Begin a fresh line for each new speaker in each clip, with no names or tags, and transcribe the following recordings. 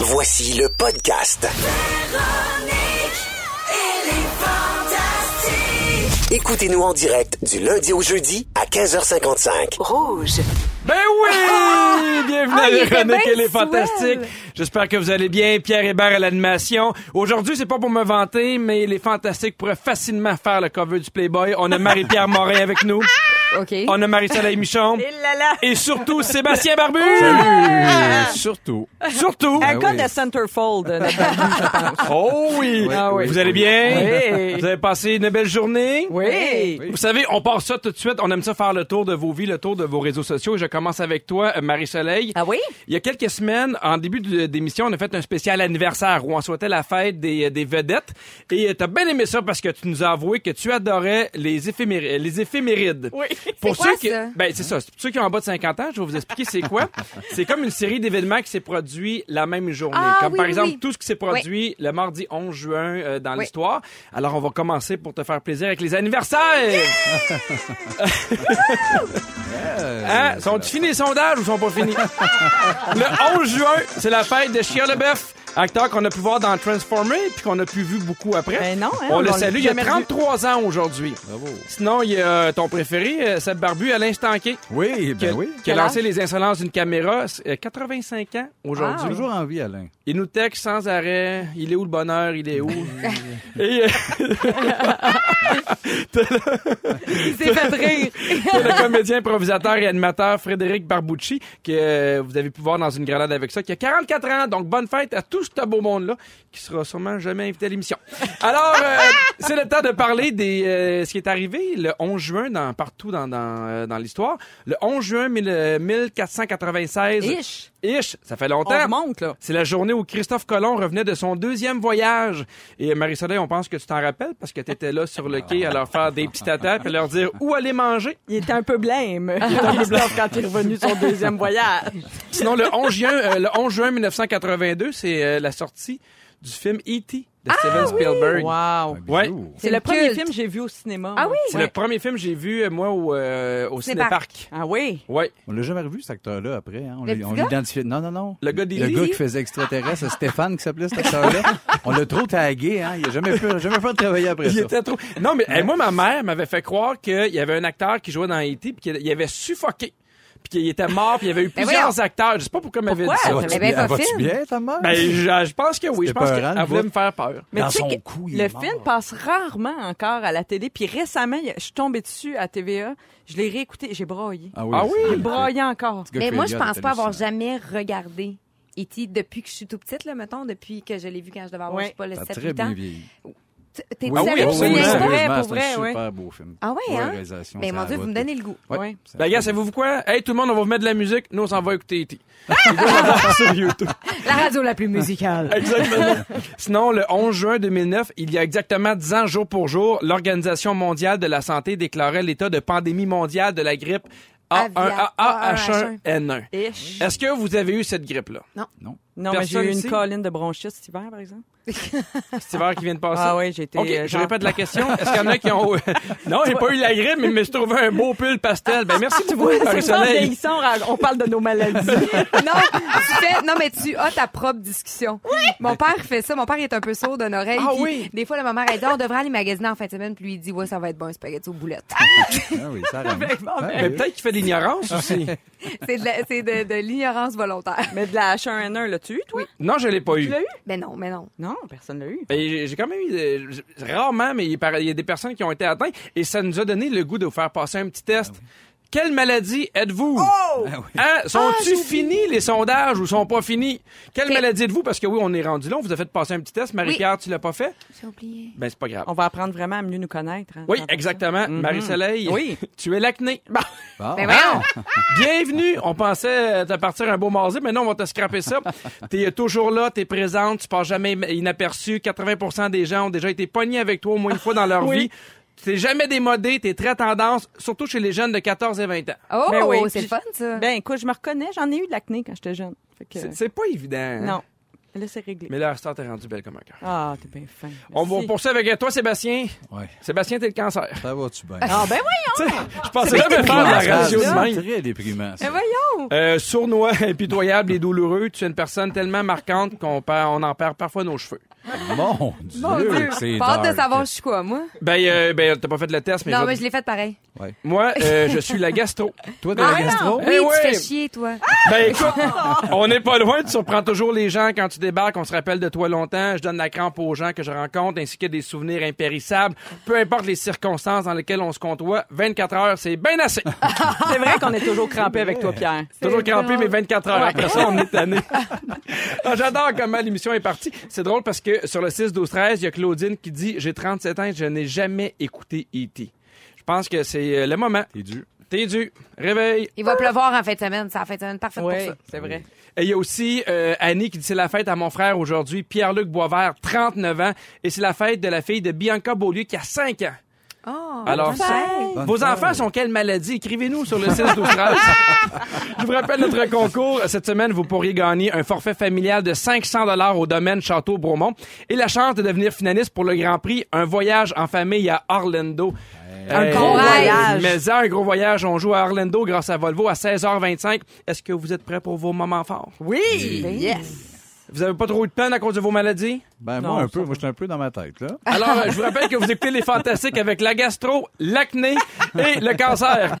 Voici le podcast. Écoutez-nous en direct du lundi au jeudi à 15h55.
Rouge.
Ben oui! Bienvenue
Ah,
à
il était
Véronique,
bien
elle
swell.
est fantastique. J'espère que vous allez bien. Pierre Hébert à l'animation. Aujourd'hui, c'est pas pour me vanter, mais les fantastiques pourraient facilement faire le cover du Playboy. On a Marie-Pierre Morin avec nous.
OK.
On a Marie-Soleil Michon.
là là.
Et surtout, Sébastien Barbu!
Ah!
Surtout.
Surtout!
Un code de centerfold. Ben Nathan.
Oh oui!
Ah oui.
Vous allez bien?
Oui.
Vous avez passé une belle journée?
Oui.
Vous savez, on part ça tout de suite. On aime ça faire le tour de vos vies, le tour de vos réseaux sociaux. Je commence avec toi, euh, Marie-Soleil.
Ah oui?
Il y a quelques semaines, en début de- d'émission, on a fait un spécial anniversaire où on souhaitait la fête des, euh, des vedettes. Et euh, t'as bien aimé ça parce que tu nous as avoué que tu adorais les, éphéméri- les éphémérides. Oui. Pour
C'est
ceux
quoi,
qui,
ça?
ben c'est ça. C'est Pour ceux qui ont en bas de 50 ans, je vais vous expliquer c'est quoi. c'est comme une série d'événements qui s'est produit la même journée.
Ah,
comme
oui,
par
oui,
exemple
oui.
tout ce qui s'est produit le mardi 11 juin euh, dans
Oui.
l'histoire. Alors on va commencer pour te faire plaisir avec les anniversaires. Hein? Sont-ils finis les sondages ou sont pas finis? Le 11 juin, c'est la fête de Shia LaBeouf, acteur qu'on a pu voir dans Transformers puis qu'on a pu vu beaucoup après.
Ben non, hein,
on, le
on l'a
salue, il y a
jamais vu.
33 ans aujourd'hui. Sinon, il y a ton préféré, euh, Seb Barbu, Alain Stanquet,
Oui,
qui, a-
ben oui.
qui a
Quel âge?
lancé les insolences d'une caméra, c'est, euh, 85 ans aujourd'hui.
Toujours en vie, Alain.
Il nous texte sans arrêt. Il est où le bonheur? Il est où? Et euh,
Il s'est fait rire.
C'est le comédien, improvisateur et animateur Frédéric Barbucci, que euh, vous avez pu voir dans une grenade avec ça, qui a 44 ans. Donc, bonne fête à tout ce beau monde-là, qui sera sûrement jamais invité à l'émission. Alors, euh, c'est le temps de parler de ce qui est arrivé le 11 juin dans, partout dans, dans, euh, dans l'histoire. Le 11 juin mille- euh, 1496.
Ish.
Ish, ça fait
On
longtemps.
remonte, là.
C'est la journée où Christophe Colomb revenait de son deuxième voyage. Et euh, Marie-Soleil, on pense que tu t'en rappelles parce que tu étais là sur le quai à leur faire des petits tatas puis leur dire où aller manger.
Il était un peu blême. Il était un peu blême quand il est revenu de son deuxième voyage.
Sinon, le 11 juin, euh, le 11 juin 1982, c'est euh, la sortie du film E.T.
Ah
de Steven Spielberg.
Wow.
Ouais.
Bisous.
C'est
C'est
le
le
premier
culte.
film que j'ai vu au cinéma.
Ah
moi.
C'est
oui?
le premier film que j'ai vu, euh, moi, au, euh, au
Cinéparc.
Cinéparc.
Ah oui?
Ouais.
On l'a jamais revu, cet acteur-là, après. hein. On
Le
l'a-
petit
on
gars?
l'identifiait. Non, non, non.
Le gars des
Le
lits.
gars qui faisait extraterrestre, c'est Stéphane qui s'appelait cet acteur-là. On l'a trop tagué, hein. Il a jamais pu, jamais pu travailler après
Il
ça.
était trop. Non, mais hey, moi, ma mère m'avait fait croire qu'il y avait un acteur qui jouait dans E.T. puis qu'il il avait suffoqué. Puis qu'il était mort, puis il y avait eu
Ben
plusieurs
voyons.
acteurs. Je sais pas pourquoi elle m'avait dit
Pourquoi?
ça.
Eh ben, pas
vas-tu
film.
bien, ta mère?
Ben, je, je pense que oui. Je
C'était
pense
peurant,
qu'elle
le
voulait
bout.
me faire peur.
Mais
Dans
tu sais
son
que
cou, il
le
est
film
mort.
passe rarement encore à la télé. Puis récemment, il y a- je suis tombée dessus à TVA. Je l'ai réécouté. J'ai broyé.
Ah oui?
c'est-
J'ai broyé encore.
ce gars
Mais moi, je
Elliot,
pense
c'est
pas avoir
hallucinant.
jamais regardé E.T. depuis que je suis tout petite, là, mettons, depuis que je l'ai vu quand je devais avoir,
Ouais.
je sais pas, le
T'as
7
très
8 ans.
bien vieilli.
T- T'es
Ah
sérieux?
oui,
Tu me
absolument.
niaises pas?
vrai,
sérieusement,
pour
C'est un
vrai,
super beau film.
Ah ouais,
Ouais,
hein?
réalisation,
Ben,
ça
mon Dieu, vous
va,
me donnez le goût.
Ouais.
Ouais.
Ça
Ben,
va.
gars, savez-vous quoi? Hey, tout le monde, on va vous mettre de la musique. Nous, on s'en va écouter E.T. Les gars, on va faire sur YouTube.
La radio la plus musicale.
Exactement. Sinon, le 11 juin 2009, il y a exactement 10 ans jour pour jour, l'Organisation mondiale de la santé déclarait l'état de pandémie mondiale de la grippe
Avia-
A1H1N1.
Ish.
Est-ce que vous avez eu cette grippe-là?
Non, mais j'ai
personne
eu une
ici?
colline de bronchite cet hiver, par exemple.
C'est l'heure qui vient de passer.
Ah oui, j'ai été.
OK,
euh,
je
genre-
répète la question. Est-ce qu'il y en a qui ont... non, j'ai pas eu la grippe, mais je me suis trouvé un beau pull pastel. Ben, merci
Tu
beaucoup,
vois, c'est pas
Marie-Soleil.
vieillissant, on parle de nos maladies.
non, tu fais, non, mais tu as ta propre discussion. Mon père fait ça. Mon père est un peu sourd d'une oreille.
Ah
puis
oui.
Des fois, la maman, elle dit, Ah, on devrait aller magasiner en fin de semaine, puis lui, il dit, ouais, ça va être bon, un spaghetti aux boulettes.
Ah oui, ça
Ben,
ramène.
Mais peut-être qu'il fait de l'ignorance aussi.
c'est de, la- c'est de- de l'ignorance volontaire.
Mais de la H1N1, l'as-tu eu, toi?
Non, je l'ai pas eu.
l'as eu?
Mais non, mais non.
Non, personne l'a eu.
Ben, j'ai j'ai quand même eu, euh, j- rarement, mais il par- il y a des personnes qui ont été atteintes et ça nous a donné le goût de vous faire passer un petit test. Quelle maladie êtes-vous? Hein? Sont-ils finis les sondages ou sont pas finis? Quelle
Ok.
maladie êtes-vous? Parce que oui, on est rendu là, on vous a fait passer un petit test. Marie-Pierre, tu l'as pas fait?
J'ai oublié.
Ben, c'est pas grave.
On va apprendre vraiment à mieux nous connaître. hein,
Oui,
dans-
exactement. Marie-Soleil,
Oui.
tu es l'acné.
Bon.
Mais Ben voyons.
Ah! Bienvenue! On pensait euh, te partir un beau mardi, mais non, on va te scraper ça. T'es toujours là, t'es présente, tu passes jamais inaperçu. 80 des gens ont déjà été pognés avec toi au moins une fois dans leur
Oui.
vie. T'es jamais démodé, t'es très tendance, surtout chez les jeunes de 14 et 20 ans.
Oh,
Ben oui,
c'est
puis-
le fun, ça.
Ben écoute, je me reconnais, j'en ai eu de l'acné quand j'étais jeune. Fait que-
C'est- C'est pas évident. hein?
Non. Là, c'est réglé.
Mais là, Star t'es rendu belle comme un cœur.
Ah, t'es bien fin.
On va
Merci.
poursuivre avec toi, Sébastien.
Ouais.
Sébastien, t'es le cancer.
Ça va-tu bien?
Ah, ben oui!
Tu sais, Je pensais jamais faire de la
C'est
radio de même.
très déprimant.
Ben,
ça.
Mais voyons!
Euh, sournois, impitoyable et douloureux, tu es une personne tellement marquante qu'on perd, on en perd parfois nos cheveux.
Mon Dieu,
Mon Dieu.
c'est
Pas hâte de
dark.
savoir je suis quoi, moi.
Ben, euh, ben t'as pas fait le test, mais, je
Non,
vais
mais
te-
je l'ai fait pareil.
moi, euh, je suis la gastro.
Ah,
Toi,
Ah,
t'as la gastro?
Eh
Oui,
ouais.
tu fais chier, toi.
Ben écoute,
Oh!
on n'est pas loin, tu surprends toujours les gens quand tu débarques, on se rappelle de toi longtemps, je donne la crampe aux gens que je rencontre, ainsi que des souvenirs impérissables, peu importe les circonstances dans lesquelles on se comptoie, 24 heures, c'est bien assez.
C'est vrai qu'on est toujours crampé avec toi, Pierre.
Toujours
Ah, C'est
crampé,
drôle.
mais 24 heures. Après ça, on est tanné. Ah, J'adore comment l'émission est partie. C'est drôle parce que sur le 6, 12, 13, il y a Claudine qui dit J'ai 37 ans et je n'ai jamais écouté E.T. Je pense que c'est euh, le moment.
T'es dû.
T'es dû. Réveille.
Il va pleuvoir en fin de semaine. C'est la fin de semaine parfaite
Oui,
pour ça.
c'est vrai.
Et il y a aussi euh, Annie qui dit c'est la fête à mon frère aujourd'hui, Pierre-Luc Boisvert, 39 ans, et c'est la fête de la fille de Bianca Beaulieu qui a 5 ans.
Oh,
Alors,
bonne
ça-
fête.
Bonne
Vos
fête.
enfants sont quelle maladie? Écrivez-nous sur le 6 12 13. Je vous rappelle notre concours. Cette semaine, vous pourriez gagner un forfait familial de 500 dollars au domaine Château-Bromont et la chance de devenir finaliste pour le Grand Prix, un voyage en famille à Orlando.
Un gros voyage.
Mais ça, un gros voyage. On joue à Orlando grâce à Volvo à 16h25. Est-ce que vous êtes prêts pour vos moments forts?
Oui! Ben Yes!
Vous avez pas trop eu de peine à cause de vos maladies?
Ben,
Non,
moi, un
ça
peu. Moi, je suis un peu dans ma tête, là.
Alors, euh, je vous rappelle que vous écoutez Les Fantastiques avec la gastro, l'acné et le cancer.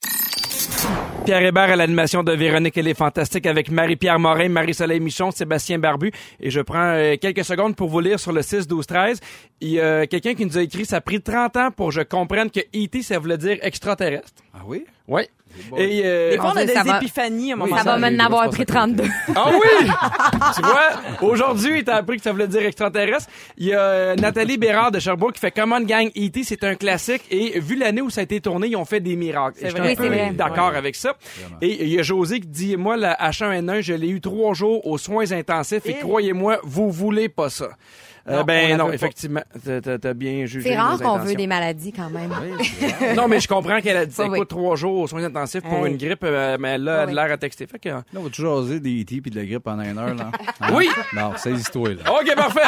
Pierre Hébert à l'animation de Véronique et les Fantastiques avec Marie-Pierre Morin, Marie-Soleil Michon, Sébastien Barbu. Et je prends euh, quelques secondes pour vous lire sur le 6-12-13. Il y a quelqu'un qui nous a écrit « Ça a pris 30 ans pour je comprenne que E.T. ça voulait dire extraterrestre.
Ah oui? »
Oui. Et, euh,
Des fois, on a
Dieu,
des
ça va-
épiphanies à un moment
Ça va
m'en
m'en
arrive,
avoir
c'est
pris
pas ça
32.
Ah oui! tu vois, aujourd'hui, t'as appris que ça voulait dire extraterrestre. Il y a euh, Nathalie Bérard de Sherbrooke qui fait Come on Gang E.T., c'est un classique. Et vu l'année où ça a été tourné, ils ont fait des miracles. Et
C'est
je suis
vrai,
un peu
c'est vrai.
d'accord avec ça. Et il y a José qui dit, moi, la H1N1, je l'ai eu trois jours aux soins intensifs
Eh.
et, croyez-moi, vous voulez pas ça. Euh,
Non, on
ben
la
non,
veut pas.
effectivement, t'as- t'as t'as bien jugé.
C'est rare
nos
qu'on veut
intentions.
des maladies quand même.
Non, mais je comprends qu'elle a dit,
Ah oui.
écoute, trois jours aux soins intensifs pour
Hey.
une grippe, euh, mais là, elle a
Ah
de
oui.
l'air à texter. Fait que, euh,
Là, on va toujours oser des E.T. puis de la grippe pendant une heure, là. Hein?
Oui.
Non, saisis-toi, là.
OK, parfait!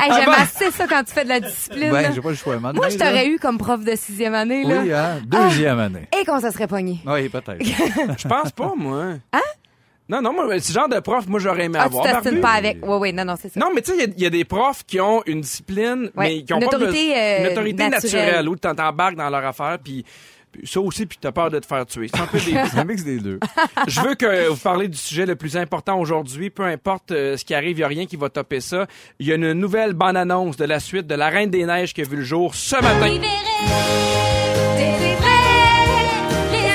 Hey, J'aime
ben-
assez ça quand tu fais de la discipline. là.
Ben, j'ai pas le choix. un moment
Moi,
donné,
je
là.
t'aurais eu comme prof de sixième année. Là. Ah.
Oui, hein? Deuxième année.
Et qu'on ça serait pogné.
Oui, peut-être.
Je pense pas, moi. Hein? Non, non, moi, ce genre de prof, moi, j'aurais aimé
Ah, tu
Ben, avoir. Barbu.
t'ostines pas avec. Oui, oui, non, non, c'est ça.
Non, mais tu sais, il y a- il y, a des profs qui ont une discipline,
Ouais,
mais qui ont
une
pas
autorité,
besoin- une
euh,
autorité naturelle,
naturelle.
où tu t'embarques dans leur affaire, puis puis ça aussi, puis t'as peur de te faire tuer. C'est un peu des-
C'est un mix des deux.
Je veux que vous parliez du sujet le plus important aujourd'hui. Peu importe euh, ce qui arrive, il n'y a rien qui va topper ça. Il y a une nouvelle bande-annonce de la suite de La Reine des Neiges qui a vu le jour ce matin.
hein.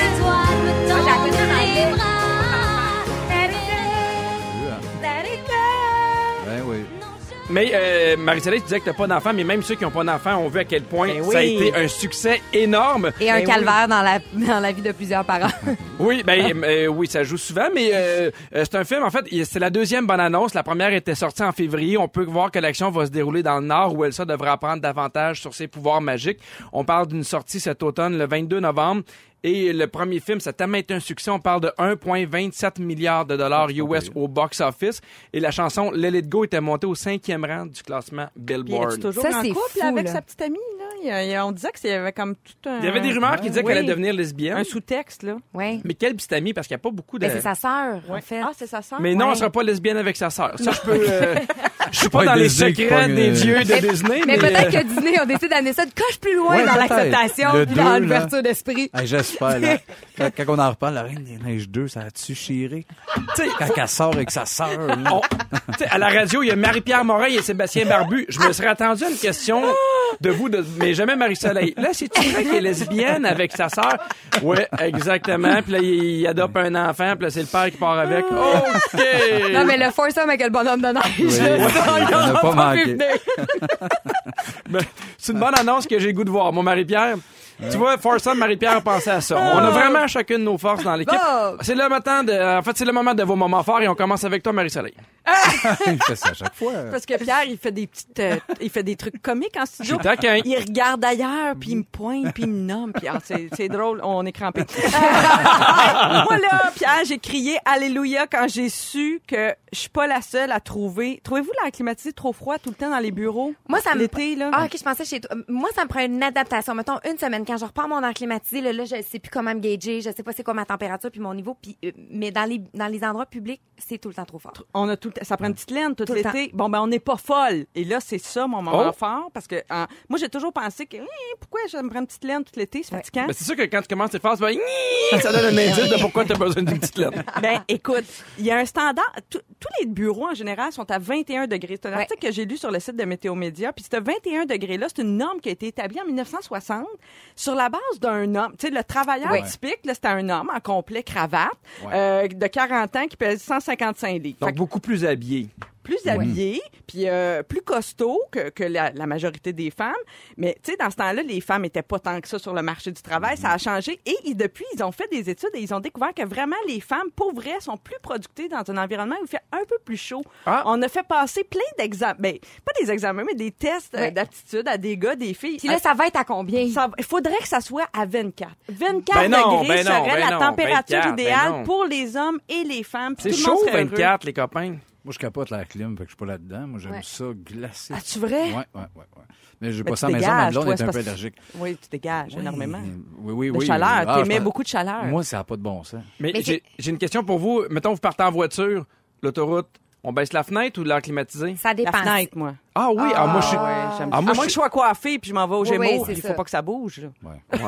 Ben oui.
Mais euh, Marie-Soleil, tu disais que t'as pas d'enfants, mais même ceux qui n'ont pas d'enfants ont vu à quel point
Ben
ça a
oui.
été un succès énorme.
Et un
Ben oui.
calvaire dans, la, dans la vie de plusieurs parents.
Oui, ben euh, oui, ça joue souvent, mais euh, euh, c'est un film. En fait, il- c'est la deuxième bonne annonce. La première était sortie en février. On peut voir que l'action va se dérouler dans le Nord, où Elsa devra apprendre davantage sur ses pouvoirs magiques. On parle d'une sortie cet automne, le 22 novembre. Et le premier film, ça a tellement été un succès. On parle de 1,27 milliard de dollars US au box-office. Et la chanson Let It Go était montée au cinquième rang du classement
Puis, es-tu
Billboard.
toujours
Ça,
en
c'est
couple
fou,
avec
là.
sa petite amie, là? Il y a- il y a- on disait que qu'il y avait comme tout un... Ben
Il y avait des rumeurs qui disaient
Oui.
qu'elle allait devenir lesbienne.
Un sous-texte, là.
Oui.
Mais quelle petite amie, parce qu'il n'y a pas beaucoup de...
Ben, c'est sa sœur, en fait.
Ah, c'est sa sœur?
Mais non,
Ouais.
elle sera pas lesbienne avec sa sœur. Ça, je peux. euh, je suis pas
Ouais,
dans les
Disney qui
secrets
pogne,
des
euh,
dieux de Disney,
Mais
mais.
peut-être
euh,
que Disney, on décide d'amener ça de coche plus loin
Ouais,
dans
peut-être.
l'acceptation
Le
puis dans
deux,
l'ouverture d'esprit.
Hey, J'espère, là. Quand, quand on en reparle, la Reine des Neiges 2, ça a-tu chiré?
tu sais, Oh,
Quand elle sort avec sa sœur, là.
on- tu sais, à la radio, il y a Marie-Pierre Morin et Sébastien Barbu. Je me serais attendu à une question de vous, de- mais jamais Marie-Soleil. Là, c'est-tu vrai qu'elle est lesbienne avec sa sœur? Ouais, exactement. Puis là, il, il adopte un enfant, puis là, c'est le père qui part avec. OK!
Non, mais le foursome avec le bonhomme de neige.
Oui, on n'a pas manqué.
Ben, c'est une bonne annonce que j'ai le goût de voir, mon Marie-Pierre. Tu vois, Forson, Marie-Pierre a pensé à ça.
Oh.
On a vraiment chacune nos forces dans l'équipe.
Bon.
C'est le matin de, en fait, c'est le moment de vos moments forts et on commence avec toi, Marie-Soleil.
Il fait ça à chaque fois.
Parce que Pierre, il fait des petites, euh, il fait des trucs comiques en studio.
Taquin.
Il regarde ailleurs, puis il me pointe, puis il me nomme. Puis ah, c'est c'est drôle, on est crampé. Moi là, Pierre, j'ai crié Alléluia quand j'ai su que je suis pas la seule à trouver. Trouvez-vous la climatisée trop froid tout le temps dans les bureaux
Moi, ça me-
l'été là
Ah, ok, je pensais chez toi. Moi, ça me prend une adaptation. Mettons, une semaine, quand je repars mon air climatisé, là, là, je sais plus comment me gager, je sais pas c'est quoi ma température puis mon niveau. Puis, euh, mais dans les, dans les endroits publics, c'est tout le temps trop fort.
on a tout le temps- ça prend une petite laine tout,
Tout le
l'été. Bon ben on n'est pas folle. Et là c'est ça mon moment
Oh.
fort parce que en- moi j'ai toujours pensé que Hum, pourquoi je me prends une petite laine tout l'été, c'est fatigant.
Ben, c'est sûr que quand tu commences tes phrases, ben, Nyeh ça donne un indice de pourquoi tu as besoin d'une petite lettre.
Ben, écoute, il y a un standard. Tous tous les bureaux, en général, sont à 21 degrés. C'est un
Ouais.
article que j'ai lu sur le site de Météo Média. Puis, ce 21 degrés-là, c'est une norme qui a été établie en 1960 sur la base d'un homme. Tu sais, le travailleur
Ouais.
typique, là, c'était un homme en complet cravate,
Ouais.
euh, de 40 ans, qui pèse 155 livres. Fait
Donc,
que
beaucoup plus habillé.
plus habillé, puis euh, plus costaud que, que la, la majorité des femmes. Mais tu sais, dans ce temps-là, les femmes étaient pas tant que ça sur le marché du travail. Ça
Mhm.
a changé. Et ils- depuis, ils ont fait des études et ils ont découvert que vraiment, les femmes, pour vrai, sont plus productives dans un environnement où il fait un peu plus chaud.
Ah.
On a fait passer plein d'examens. Ben, pas des examens, mais des tests euh,
Ouais.
d'aptitude à des gars, des filles.
Puis là,
À-
ça va être à combien?
ça- il faudrait que ça soit à 24. 24
Ben non,
degrés
ben non,
serait
ben
la
non,
température
24, ben
idéale
non.
pour les hommes et les femmes. Puis
C'est
tout le monde
chaud,
serait heureux.
24, les copains.
Moi, je capote la clim, fait que je suis pas là-dedans. Moi, j'aime ça glacé.
Ah, tu vrai?
Ouais, ouais, ouais, ouais. Mais j'ai
Mais
pas
tu
ça à la maison,
dégages,
ma blonde
toi,
est
c'est
un
parce
peu
que-
allergique.
Oui, tu dégages
Oui,
énormément.
Oui, oui,
De
oui.
chaleur.
Ah,
T'aimais
je-
beaucoup de chaleur.
Moi, ça n'a pas de bon sens.
Mais,
Mais
j'ai
c'est-
j'ai une question pour vous. Mettons, vous partez en voiture, l'autoroute, on baisse la fenêtre ou l'air climatisé?
Ça
la
dépend.
fenêtre, moi.
Ah oui, ah, moi, je suis...
Ouais, j'aime
Ah,
ça.
moi,
à
je-
moins que je sois coiffée puis je m'en vais au
Oui, oui,
Gémeaux,
c'est
il faut
ça.
pas que ça bouge. là.
Ouais.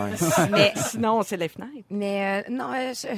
Mais,
Sinon, c'est les fenêtres.
mais euh, non, euh, je-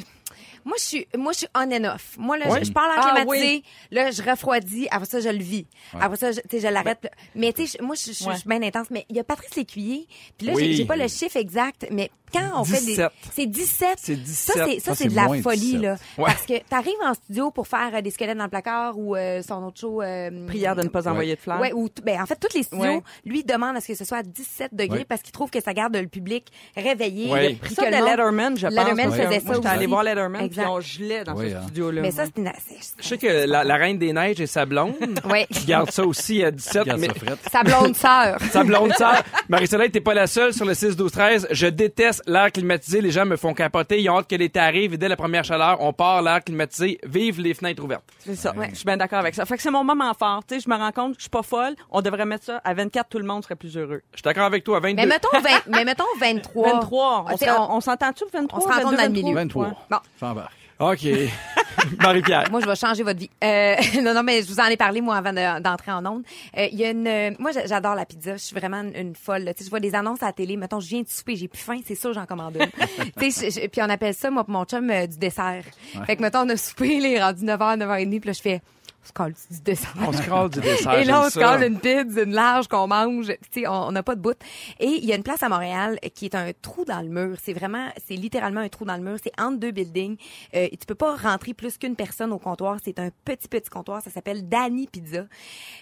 moi, je suis, moi, je suis on and off. Moi, là,
Ouais.
je, je parle en
Ah,
climatisé. Là, je refroidis. Après ça, je le vis. Après ça, je, tu sais, je l'arrête. Mais, tu sais, je- moi, je, je- je
Ben, Ouais.
suis bien intense. Mais il y a Patrice Lécuyer. Puis là,
Oui.
j'ai- j'ai pas le chiffre exact. Mais quand on fait
17.
des. C'est 17.
C'est 17.
Ça, c'est, ça,
Ça,
c'est
c'est
de la
moins
folie,
17.
là.
Ouais.
Parce que t'arrives en studio pour faire euh, des squelettes dans le placard ou euh, son autre show. euh,
Prière de ne pas envoyer de fleurs.
Ouais, ou t- ben, en fait, tous les studios,
Ouais.
lui, demandent à ce que ce soit à 17 degrés
Ouais.
parce qu'il trouve que ça garde le public réveillé.
Ouais.
le prix
Ça,
que
de
le monde-
Letterman, je pense.
Letterman
parce que
faisait ça
Moi, j'étais allée
aussi.
voir Letterman,
Exact.
puis on gelait dans
Oui,
ce
hein.
studio-là.
Mais ça, c'est une... c'est-
Je sais que la, la reine des neiges et sa blonde
Ouais.
gardent ça aussi à 17.
Regarde
mais-
ça, frette.
Sa blonde sœur.
Sa blonde sœur. Marie-Soleil, t'es pas la seule sur le 6-12-13. Je déteste l'air climatisé. Les gens me font capoter. Ils ont hâte que l'été arrive et dès la première chaleur, on part l'air climatisé. Vive les fenêtres ouvertes.
C'est ça. Je suis bien d'accord avec ça. Fait que c'est mon moment fort. Tu sais, je me rends compte que je suis pas folle. On devrait mettre ça à 24, tout le monde serait plus heureux.
Je suis d'accord avec toi. 22.
mais, mettons 20 mais mettons 23.
23.
Ah,
On
t'sais,
s'en-
on-
on s'entend-tu, 23?
on se rencontre
22,
dans le milieu.
23.
Ouais.
Bon.
J'embarque.
OK. Marie-Pierre.
Moi, je vais changer votre vie. Euh, non, non, mais je vous en ai parlé, moi, avant de- d'entrer en onde. Euh, Il y a une... euh, Moi, j'a- j'adore la pizza. Je suis vraiment une- une folle. là. Tu sais, je vois des annonces à la télé. Mettons, je viens de souper, j'ai plus faim. C'est sûr, j'en commande une. tu sais, je- je- puis on appelle ça, moi, pour mon chum, euh, du dessert. Fait que, mettons, on a soupé, là, il est rendu 9h, 9h30, puis là, je fais... On se colle du dessert.
On se cale du dessert.
Et là, on
j'aime
se
ça.
colle une pizza, une large qu'on mange. Tu sais, on on n'a pas de bout. Et il y a une place à Montréal qui est un trou dans le mur. C'est vraiment, c'est littéralement un trou dans le mur. C'est entre deux buildings. Euh, et tu peux pas rentrer plus qu'une personne au comptoir. C'est un petit, petit comptoir. Ça s'appelle Danny Pizza.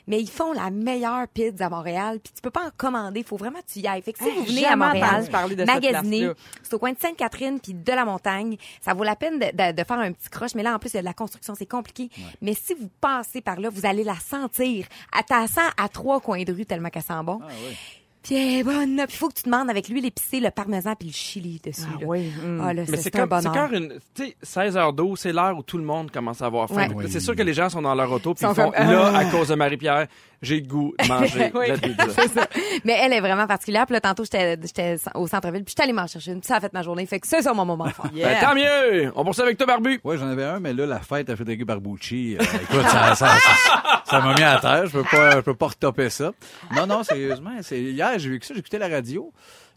Mais ils font la meilleure pizza à Montréal. Puis tu peux pas en commander. Faut vraiment que tu y ailles. Fait que si
Hey,
vous
j'ai
venez à
jamais
Montréal,
entendu parler de cette
magasiner,
place-là.
c'est au coin de Sainte-Catherine puis de la montagne. Ça vaut la peine de, de- de faire un petit croche, mais là, en plus, il y a de la construction, c'est compliqué. Mais si vous passez par là, vous allez la sentir. Elle t'en sent à trois coins de rue tellement qu'elle sent
Ah
bon. Puis elle est bonne. là. Puis il faut que tu demandes avec l'huile épicée, le parmesan puis le chili dessus.
Ah
là.
oui, hum.
Ah, là, ça,
Mais
c'est
c'est
un
comme, c'est
bonheur.
quand une, tu sais, 16h12, c'est l'heure où tout le monde commence à avoir faim.
Ouais.
Oui.
C'est sûr que les gens sont dans leur auto puis
Ils
ils
sont
font
comme, ah.
là à cause de Marie-Pierre, j'ai le goût de manger
Oui.
de la pizza.
Mais elle est vraiment particulière. Puis là, tantôt, j'étais j'étais au centre-ville puis j'étais allée m'en chercher une. Puis ça a fait ma journée. Fait que c'est ça mon moment fort.
Yeah.
Ben, tant mieux. On poursuit avec toi Barbu.
Ouais, j'en avais un, mais là, la fête à Frédéric Barbucci, euh, écoute, ça, ça, ça- ça m'a mis à terre. Je peux pas, je peux pas retoper ça. Non, non, sérieusement, c'est hier, j'ai vu que ça, j'écoutais la radio.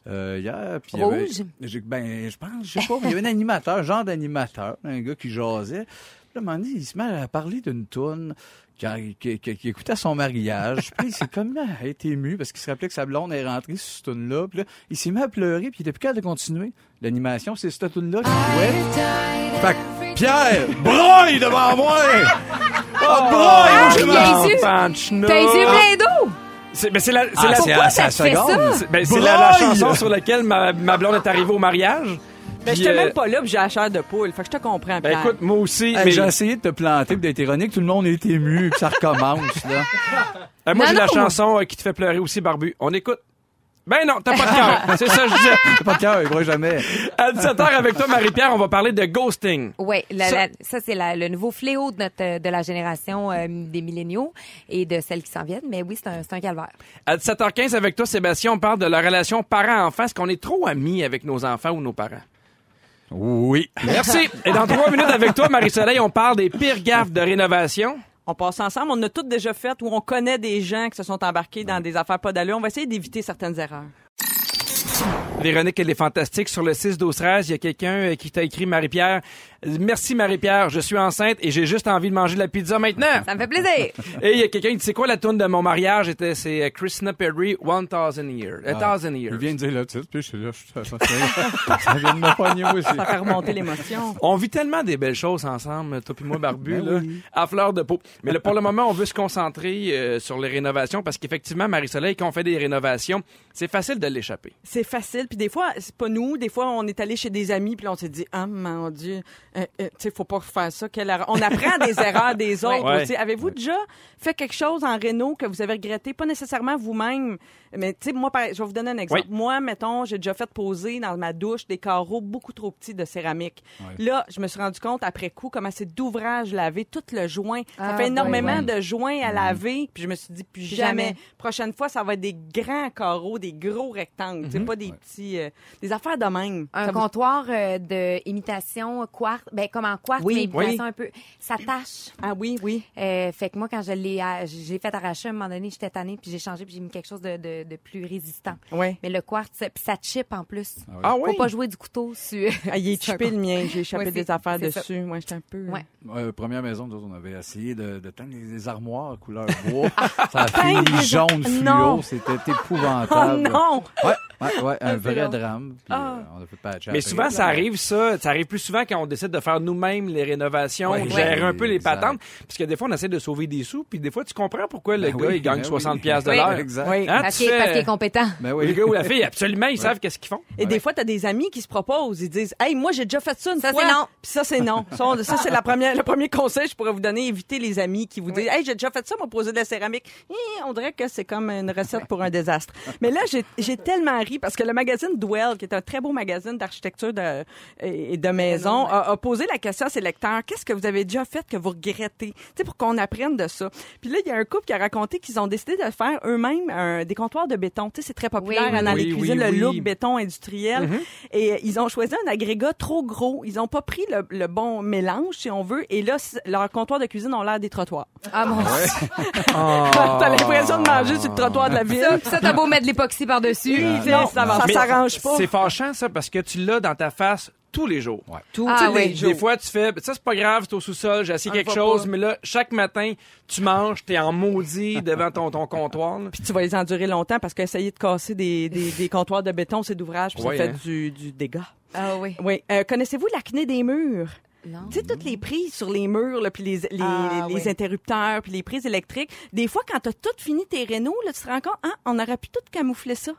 Euh, hier, puis il y avait-
Rouge?
j'ai- ben, je pense, je sais pas, mais il y avait un animateur, un genre d'animateur, un gars qui jasait. Puis Là, à un moment donné, il se met à parler d'une toune qui, qui, qui- qui écoutait à son mariage. Puis là, il s'est comme mis à être ému parce qu'il se rappelait que sa blonde est rentrée sur cette toune-là. Puis là, il s'est mis à pleurer, puis il était plus capable de continuer. L'animation, c'est cette toune-là qui jouait. Fait que Pierre, broille devant moi! Ah, broille,
Ah,
mon
il y a
chemin!
les yeux-
Panchna.
T'as les yeux pleins d'eau!
C'est ben, c'est la, c'est
Ah,
la-
c'est à- c'est à
ça te fait
seconde.
ça?
C'est- ben, c'est la, la
Broille!
chanson sur laquelle ma, ma blonde est arrivée au mariage.
Ben,
Mais
Puis,
j'étais
euh,
Ben, même pas là, puis j'ai la chair de poule. Fait que je te comprends,
Ben,
Pierre.
écoute, moi aussi,
Euh,
Hey,
mais
J'ai essayé de te planter, puis d'être ironique. Tout le monde est ému, puis ça recommence. Là.
Euh, moi,
Non,
j'ai la
non.
chanson euh, qui te fait pleurer aussi, Barbu. On écoute. Ben non, t'as pas de cœur. C'est ça, que je disais.
T'as pas de cœur, il ne jamais.
À 17h avec toi, Marie-Pierre, on va parler de ghosting.
Oui,
Ça-
ça, ça c'est la- le nouveau fléau de, notre, euh, de la génération euh, des milléniaux et de celles qui s'en viennent. Mais oui, c'est un, c'est un calvaire.
À 17h15 avec toi, Sébastien, on parle de la relation parent-enfant. Est-ce qu'on est trop amis avec nos enfants ou nos parents?
Oui.
Merci. Et dans trois minutes avec toi, Marie-Soleil, on parle des pires gaffes de rénovation.
On passe ensemble. On a toutes déjà fait ou on connaît des gens qui se sont embarqués dans des affaires pas d'allure. On va essayer d'éviter certaines erreurs.
Véronique, elle est fantastique. Sur le 6 12 13 il y a quelqu'un euh, qui t'a écrit, Marie-Pierre. Euh, Merci, Marie-Pierre. Je suis enceinte et j'ai juste envie de manger de la pizza maintenant.
Ça me fait plaisir.
Et il y a quelqu'un qui dit, c'est quoi la tune de mon mariage? C'était- C'est euh, Christina Perry, 1000 Years. A Thousand Years.
Ah, Il vient de dire le titre, puis je suis là. je- Ça vient de me pogner aussi.
Ça fait remonter l'émotion.
On vit tellement des belles choses ensemble, toi puis moi, Barbu,
Ben
là,
oui.
à fleur de peau. Mais là, pour le moment, on veut se concentrer euh, sur les rénovations parce qu'effectivement, Marie-Soleil, quand on fait des rénovations, c'est facile de l'échapper.
C'est facile. Puis des fois, c'est pas nous. Des fois, on est allé chez des amis, puis là, on s'est dit, ah, mon Dieu, euh, euh, tu sais, faut pas faire ça. Quelle erreur. On apprend des erreurs des autres
Ouais.
aussi. Avez-vous déjà fait quelque chose en réno que vous avez regretté? Pas nécessairement vous-même, mais tu sais, moi, par- je vais vous donner un exemple.
Oui.
Moi, mettons, j'ai déjà fait poser dans ma douche des carreaux beaucoup trop petits de céramique.
Ouais.
Là, je me suis rendu compte, après coup, comment c'est d'ouvrage laver tout le joint. Ça
Ah,
fait
ouais,
énormément
ouais.
de joints à laver. Puis je me suis dit, plus
Plus
jamais.
jamais.
Prochaine fois, ça va être des grands carreaux, des gros rectangles, tu sais, pas des petits, euh, des affaires de même.
Un
Ça vous-
comptoir euh, de imitation quartz, ben comme en quartz,
Oui,
mais
oui.
imitation un peu, ça tâche.
Ah oui, oui.
Euh, fait que moi, quand je l'ai, euh, j'ai fait arracher à un moment donné, j'étais tannée, puis j'ai changé, puis j'ai mis quelque chose de, de, de plus résistant.
Ouais.
Mais le quartz, puis ça chip en plus.
Ah
Faut pas jouer du couteau sur.
Ah, il est
C'est un
chupé
con-
le mien, j'ai échappé
Ouais, c'est-
des affaires
c'est ça.
dessus. Moi, j'étais un peu.
Ouais.
Euh, première maison, nous autres, on avait essayé de, de teindre les armoires couleur bois. Ça a fini jaune
Non.
fluo. C'était
Oh
épouvantable.
non!
Ouais, ouais, ouais, un vrai
drôle.
drame. Puis,
Ah.
euh, on a fait patcher
Mais
après.
souvent, ça arrive, ça. Ça arrive plus souvent quand on décide de faire nous-mêmes les rénovations,
Ouais,
gérer
ouais.
un peu les
Exact.
patentes. Parce que des fois, on essaie de sauver des sous, puis des fois, tu comprends pourquoi le
Ben
gars,
oui,
il gagne
ben oui.
60$ piastres de l'heure.
Exact.
Oui.
Hein,
parce
tu
qu'il
fais-
parce qu'il est compétent.
Ben
Le
oui.
gars ou la fille, absolument, ils savent qu'est-ce qu'ils font.
Et des fois, t'as des amis qui se proposent. Ils disent Hey, moi, j'ai déjà fait ça une
Ça,
fois.
c'est non.
Puis ça, c'est non. Ça, on- ça, c'est la première, le premier conseil que je pourrais vous donner. Évitez les amis qui vous disent Hey, j'ai déjà fait ça, moi, poser de la céramique. Hi, on dirait que c'est comme une recette pour un désastre. Mais là, j'ai- j'ai tellement ri parce que le magazine Dwell, qui est un très beau magazine d'architecture de- et de maison, a, a posé la question à ses lecteurs Qu'est-ce que vous avez déjà fait que vous regrettez Tu sais, pour qu'on apprenne de ça. Puis là, il y a un couple qui a raconté qu'ils ont décidé de faire eux-mêmes un- des comptoirs de béton. Tu sais, c'est très populaire
Oui,
hein, dans
oui.
les
Oui,
cuisines,
oui, Mm-hmm.
le
oui.
look béton industriel. Et euh, ils ont choisi un agrégat trop gros. Ils n'ont pas pris le, le bon mélange, si on veut. Et là, c- leur comptoir de cuisine ont l'air des trottoirs.
Ah mon Dieu.
Ah.
T'as l'impression de manger sur le trottoir de la
Ça,
ville.
ça, t'as beau mettre de l'époxy par-dessus.
Oui, tu sais, ça va- ça
Ah. Mais
s'arrange pas.
C'est fâchant, ça, parce que tu l'as dans ta face tous les jours.
Tout.
Ah
Tu sais,
oui.
des-
Des fois, tu fais, ça c'est pas grave, c'est au sous-sol, j'ai assis
On
quelque
le voit
chose,
pas.
mais là, chaque matin, tu manges, t'es en maudit devant ton, ton comptoir. là.
Puis tu vas les endurer longtemps parce qu'essayer de casser des, des, des comptoirs de béton, c'est d'ouvrage, puis
Ouais,
ça fait
hein.
du, du dégât.
Ah oui.
Oui. Euh, Connaissez-vous l'acné des murs?
hein?
Non.
Tu sais, toutes les prises sur les murs, là, puis les, les,
Ah,
les
oui.
interrupteurs, puis les prises électriques. Des fois, quand t'as tout fini tes rénaux, là, tu te rends compte, ah, on aurait pu tout camoufler ça.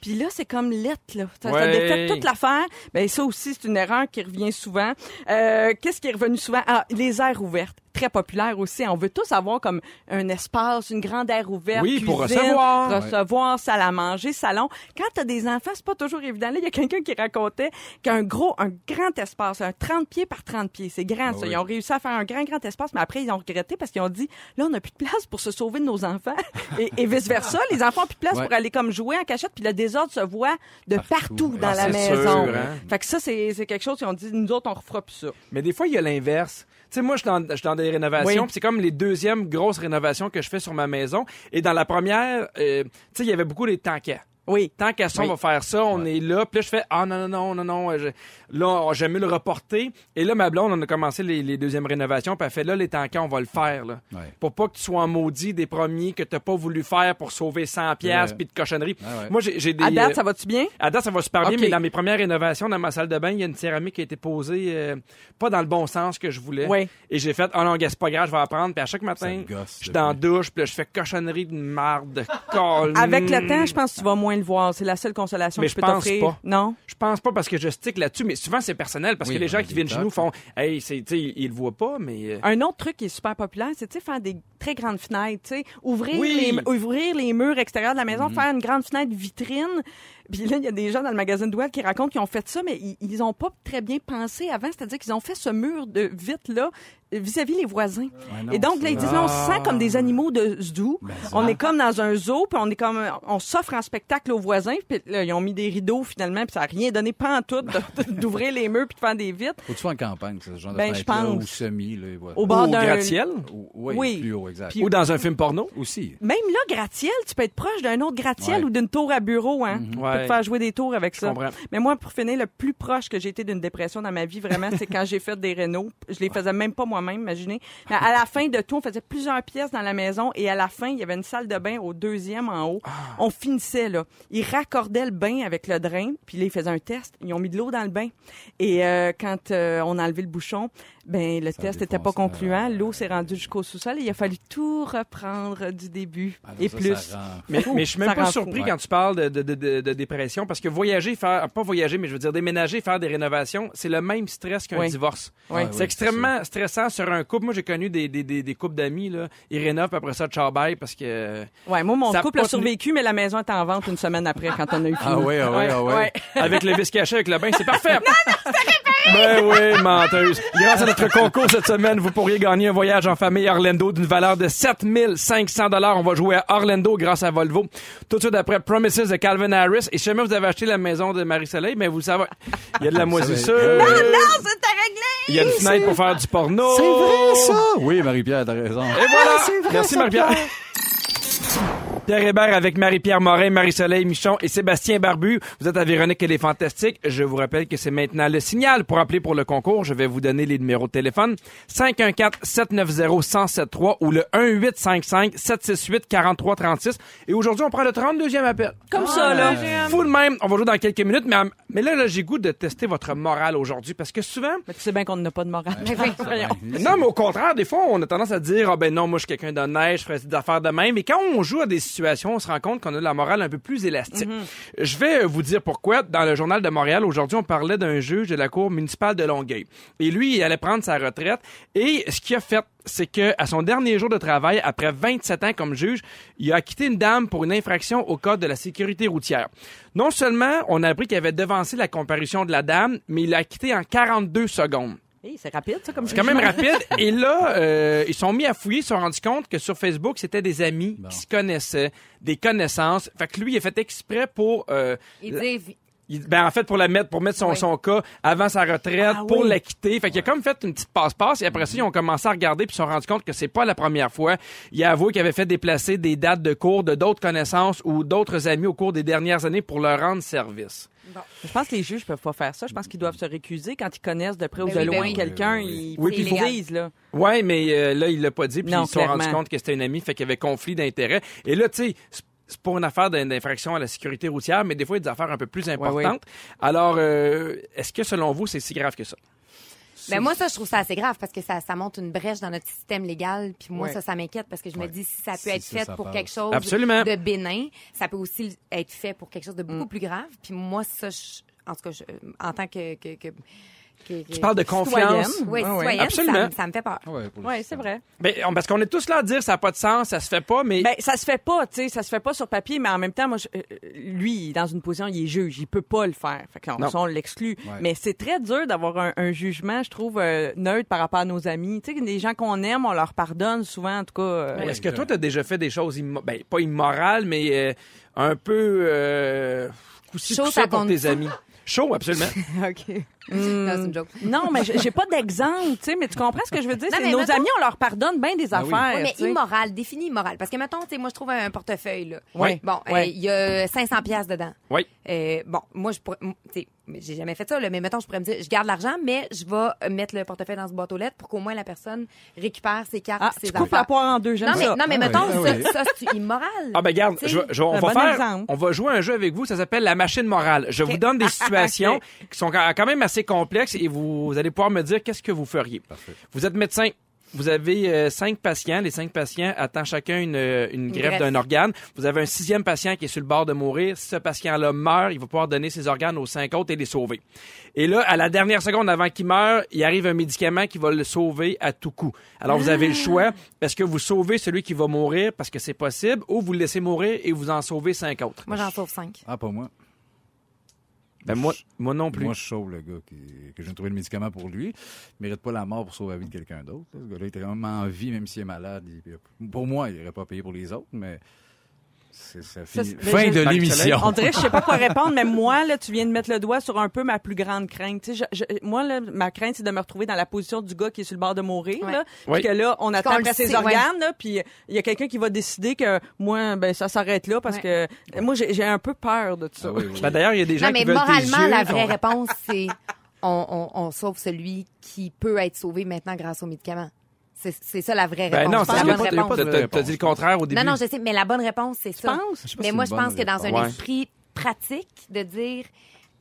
Puis là, c'est comme lettre, là. Ça, ça
Ouais.
défait toute l'affaire. Ben ça aussi, c'est une erreur qui revient souvent. Euh, Qu'est-ce qui est revenu souvent? Ah, les aires ouvertes. Très populaire aussi. On veut tous avoir comme un espace, une grande aire ouverte.
Oui, pour
cuisine,
recevoir.
recevoir, salle à manger, salon. Quand t'as des enfants, c'est pas toujours évident. Là, il y a quelqu'un qui racontait qu'un gros, un grand espace, un 30 pieds par 30 pieds, c'est
Ah
grand, ça.
oui.
Ils ont réussi à faire un grand, grand espace, mais après, ils ont regretté parce qu'ils ont dit, là, on n'a plus de place pour se sauver de nos enfants et, et vice-versa. Les enfants ont plus de place
Ouais.
pour aller comme jouer en cachette, puis le désordre se voit de
Partout.
partout, dans
Ah,
la
c'est sûr,
maison.
hein.
Fait que ça, c'est c'est quelque chose qu'ils ont dit, nous autres, on refera plus ça.
Mais des fois, il y a l'inverse. Tu sais, moi, je suis dans, je suis dans des rénovations,
Oui.
puis c'est comme les deuxièmes grosses rénovations que je fais sur ma maison. Et dans la première, euh, tu sais, il y avait beaucoup des tanquets.
Oui.
Tant qu'à ça, on
Oui.
va faire ça, on est là. Puis là, je fais, ah non, non, non, non, non. euh, je- Là, on- j'aime mieux le reporter. Et là, ma blonde, on a commencé les, les deuxièmes rénovations, puis elle fait, là, les tanquets, on va le faire, là.
Ouais.
Pour pas que tu sois en maudit des premiers que t'as pas voulu faire pour sauver 100 pièces
Ouais.
puis de cochonneries.
Ah ouais.
Moi, j'ai j'ai des...
À date,
euh,
ça va-tu bien?
à date, ça va super bien,
Ok.
mais dans mes premières rénovations, dans ma salle de bain, il y a une céramique qui a été posée euh, pas dans le bon sens que je voulais.
Oui.
Et j'ai fait, oh non, gars, c'est pas grave, je vais apprendre. Puis à chaque
Ça
matin,
me gosse,
je suis
depuis.
dans la douche, puis là, je fais cochonnerie de marde, de colle.
Avec
Mm.
le temps, je pense que tu vas moins moins le voir. C'est la seule consolation
Mais
que je
je
peux
pense
t'offrir.
pas.
Non?
Je pense pas parce que je stick là-dessus, mais souvent c'est personnel parce
Oui,
que les gens
on
qui
est
viennent
des
chez nous font
tocs.
Hey, c'est, tu sais, ils le voient pas, mais. euh,
Un autre truc qui est super populaire, c'est tu sais, faire des très grandes fenêtres, tu sais, ouvrir,
Oui.
les, ouvrir les murs extérieurs de la maison, faire une grande fenêtre vitrine. Puis là, il y a des gens dans le magazine Douel qui racontent qu'ils ont fait ça, mais ils- ils n'ont pas très bien pensé avant, c'est-à-dire qu'ils ont fait ce mur de vitre-là euh, vis-à-vis les voisins.
Ouais, non,
Et donc, là,
c'est-
ils disent, là, on se
Ah.
sent comme des animaux de zoo.
Ben, ça.
on est comme dans un zoo, puis on est comme, euh, on s'offre en spectacle aux voisins. Puis là, ils ont mis des rideaux, finalement, puis ça n'a rien donné, pas en tout, d'ouvrir les murs puis de faire des vitres.
Faut-tu faire en campagne, ce genre
Ben,
de
je
fenêtre-là,
pense.
ou semi, là, voilà.
Au bord
au
d'un...
gratte-ciel
Ou- oui,
oui.
plus haut, exact.
ou dans un film porno.
Aussi.
Même là, gratte-ciel, tu peux être proche d'un autre gratte-ciel
Ouais.
ou d'une tour à bureau, hein. Tu peux
Ouais.
te faire jouer des tours avec ça.
comprends.
Mais moi, pour finir, le plus proche que j'ai été d'une dépression dans ma vie, vraiment, c'est quand j'ai fait des rénaux. Je les faisais même pas moi-même, imaginez. Mais à la fin de tout, on faisait plusieurs pièces dans la maison et à la fin, il y avait une salle de bain au deuxième en haut.
Ah.
On finissait, là. Ils raccordaient le bain avec le drain, puis là, ils faisaient un test. Ils ont mis de l'eau dans le bain. Et euh, quand euh, on a enlevé le bouchon, ben le
Ça a
test n'était pas
défoncé. euh,
concluant. L'eau s'est rendue jusqu'au sous-sol et il a fallu tout reprendre du début
Ah, non,
et
ça, ça
plus.
rend-
Mais,
Fou.
mais je suis
Ça
même pas
rend fou.
surpris
Ouais.
quand tu parles de, de, de- de- de dépression parce que voyager, faire, pas voyager, mais je veux dire déménager, faire des rénovations, c'est le même stress qu'un
Oui.
divorce.
Ouais.
Ah, oui,
C'est extrêmement stressant sur un couple. Moi, j'ai connu des, des, des, des couples d'amis, là. Ils rénovent, puis après ça, ciao bye, parce que. euh,
Ouais, moi, mon
Ça a
couple
pas
a survécu, mais la maison est en vente une semaine après quand on a eu fini.
Ah oui, ah oui, ah oui.
Ouais.
avec le vice caché, avec le bain, c'est parfait. Non, non, c'est réparé. Ben oui, menteuse. Grâce à notre concours cette semaine, vous pourriez gagner un voyage en famille à Orlando d'une valeur de 7500 dollars. On va jouer à Orlando grâce à Volvo. Tout de suite après Promises de Calvin Harris. Et si jamais vous avez acheté la maison de Marie-Soleil, mais vous savez, il y a de la moisissure.
Non, non,
c'était réglé!
Il y a une fenêtre pour faire du porno.
C'est vrai, ça! Ah, Oui, Marie-Pierre, t'as raison. Ah
Et voilà. Merci, Marie-Pierre. Pierre Hébert avec Marie-Pierre Morin, Marie-Soleil Michon et Sébastien Barbu. Vous êtes à Véronique et les Fantastiques. Je vous rappelle que c'est maintenant le signal pour appeler pour le concours. Je vais vous donner les numéros de téléphone. 514-790-1073 ou le 1855-768-4336. Et aujourd'hui, on prend le 32e appel.
Comme ça, là.
Fou de même. On va jouer dans quelques minutes. Mais, mais là, là, j'ai goût de tester votre morale aujourd'hui parce que souvent,
Mais tu sais bien qu'on n'a pas de morale. Voyons.
non, mais au contraire, des fois, on a tendance à dire, ah ben non, moi, je suis quelqu'un d'honnête, je ferais des affaires de même. Mais quand on joue à des situations, on se rend compte qu'on a de la morale un peu plus élastique. Je vais euh, vous dire pourquoi. Dans le journal de Montréal, aujourd'hui, on parlait d'un juge de la Cour municipale de Longueuil. Et lui, il allait prendre sa retraite. Et ce qu'il a fait, c'est que à son dernier jour de travail, après 27 ans comme juge, il a acquitté une dame pour une infraction au code de la sécurité routière. Non seulement on a appris qu'il avait devancé la comparution de la dame, mais il l'a acquittée en 42 secondes.
Hey, c'est rapide, ça, comme
C'est quand même rapide. Et là, euh, ils sont mis à fouiller, ils se sont rendus compte que sur Facebook, c'était des amis qui se connaissaient, des connaissances. Fait que lui, il a fait exprès pour... euh,
Il dit,
il- ben en fait, pour la mettre, pour mettre son,
Oui.
son cas avant sa retraite,
Ah
pour
oui.
la quitter. Fait qu'il a comme fait une petite passe-passe et après ça, ils ont commencé à regarder puis ils se sont rendus compte que c'est pas la première fois. Il a avoué qu'il avait fait déplacer des dates de cours de d'autres connaissances ou d'autres amis au cours des dernières années pour leur rendre service.
Je pense que les juges peuvent pas faire ça. Je pense qu'ils doivent se récuser quand ils connaissent de près ou
Ben
de
oui, ben
loin
oui.
quelqu'un.
Oui,
Ils, oui,
C'est
puis ils
illégal.
disent, là.
Ouais, mais euh, là, il l'a pas dit, puis
Non,
ils se sont rendus
clairement.
compte que c'était une amie, fait qu'il y avait conflit d'intérêts. Et là, tu sais, c'est- c'est pas une affaire d'in- d'infraction à la sécurité routière, mais des fois, il y a des affaires un peu plus importantes. Alors, euh, est-ce que selon vous, c'est si grave que ça?
ben moi, ça, je trouve ça assez grave parce que ça, ça monte une brèche dans notre système légal. Puis moi,
Ouais.
ça, ça m'inquiète parce que je me
Ouais.
dis si ça peut
Si
être
ça,
fait
ça
pour
passe.
quelque chose
Absolument.
de bénin, ça peut aussi être fait pour quelque chose de
Mm.
beaucoup plus grave. Puis moi, ça, je- en tout cas, je- en tant que... que, que, que- que-
Tu parles de
Citoyenne.
confiance.
Oui,
Ouais, ouais.
citoyenne,
Absolument.
Ça, me- ça me fait peur.
Oui, c'est vrai.
Ben, on- parce qu'on est tous là à dire ça n'a pas de sens, ça se fait pas, mais
Ben, ça se fait pas, tu sais, ça se fait pas sur papier, mais en même temps, moi, je- euh, lui, il est dans une position, il est juge, il peut pas le faire. Fait qu'on-
Non.
ça, on l'exclut.
Ouais.
Mais c'est très dur d'avoir un, un jugement, je trouve, euh, neutre par rapport à nos amis. Tu sais, les gens qu'on aime, on leur pardonne souvent, en tout cas. euh,
est-ce que toi, tu as déjà fait des choses, immo- ben, pas immorales, mais euh, un peu euh, coup-ci,
Chaud,
coup-ça
ça
pour
compte
tes amis? Chaud, absolument.
OK. Non, c'est une joke.
Non, mais j'ai j'ai pas d'exemple, tu sais, mais tu comprends ce que je veux dire?
Non,
C'est
mais
nos
mettons-
amis, on leur pardonne bien des
Ah oui.
affaires.
Ouais, mais
tu sais.
immoral, défini immoral. Parce que, mettons, tu sais, moi, je trouve un portefeuille, là.
Ouais.
Bon, euh, il
Ouais.
y a 500 pièces dedans.
Oui.
Euh, bon, moi, je pourrais, m- tu sais, mais j'ai jamais fait ça, là, mais mettons, je pourrais me dire, je garde l'argent, mais je vais euh, mettre le portefeuille dans ce boîte aux lettres pour qu'au moins la personne récupère ses cartes,
Ah,
ses
tu coupes la
affaires.
poire en deux, j'aime
Non, mais,
ça.
non, mais
Ah
mettons,
oui, ah
ça,
oui.
ça, c'est immoral.
Ah ben garde,
Tu sais,
je, vais- je vais- on
un
va
bon
faire,
exemple.
on va jouer à un jeu avec vous. Ça s'appelle la machine morale. Je vous donne des situations qui sont quand quand même assez complexes et vous, vous allez pouvoir me dire qu'est-ce que vous feriez. Vous êtes médecin. Vous avez euh, cinq patients. Les cinq patients attendent chacun une, euh, une greffe d'un organe. Vous avez un sixième patient qui est sur le bord de mourir. Si ce patient-là meurt, il va pouvoir donner ses organes aux cinq autres et les sauver. Et là, à la dernière seconde avant qu'il meure, il arrive un médicament qui va le sauver à tout coup. Alors, vous
Ah!
avez le choix. Est-ce que vous sauvez celui qui va mourir parce que c'est possible ou vous le laissez mourir et vous en sauvez cinq autres?
Moi, j'en sauve cinq.
Ah, pas moi.
Ben, moi, moi non plus.
Moi, je sauve le gars qui, que j'ai trouvé le médicament pour lui. Il mérite pas la mort pour sauver la vie de quelqu'un d'autre. Ce gars-là, il était quand même en vie, même s'il est malade. Il- pour moi, il n'aurait pas payé pour les autres, mais c'est ça finit.
c'est-
fin
mais je-
de l'émission.
On dirait, je sais pas quoi répondre, mais moi, là, tu viens de mettre le doigt sur un peu ma plus grande crainte. Tu sais, je- je- moi, là, ma crainte, c'est de me retrouver dans la position du gars qui est sur le bord de mourir,
Ouais.
là, puis
Oui.
que là, on attend
qu'on
après
le
ses
sait,
organes, là, puis il y a quelqu'un qui va décider que moi, ben, ça s'arrête là, parce que moi, j'ai j'ai un peu peur de tout ça.
Ah oui, oui, oui.
Ben, D'ailleurs, il y a des gens
Non,
qui
mais
veulent tes
moralement,
yeux, Ben,
la
ton-
vraie réponse, c'est on, on, on sauve celui qui peut être sauvé maintenant grâce aux médicaments. C'est c'est ça la vraie
Ben
réponse.
non,
la
c'est
qu'il y a
bonne
pas de- il y a
réponse.
pas de-
T'as t'as dit le contraire au début.
Non, non, je sais, mais la bonne réponse, c'est
Je
ça.
sais pas si
Mais
c'est
moi,
une
je pense
bonne
que dans un
réponse. Ouais.
esprit pratique, de dire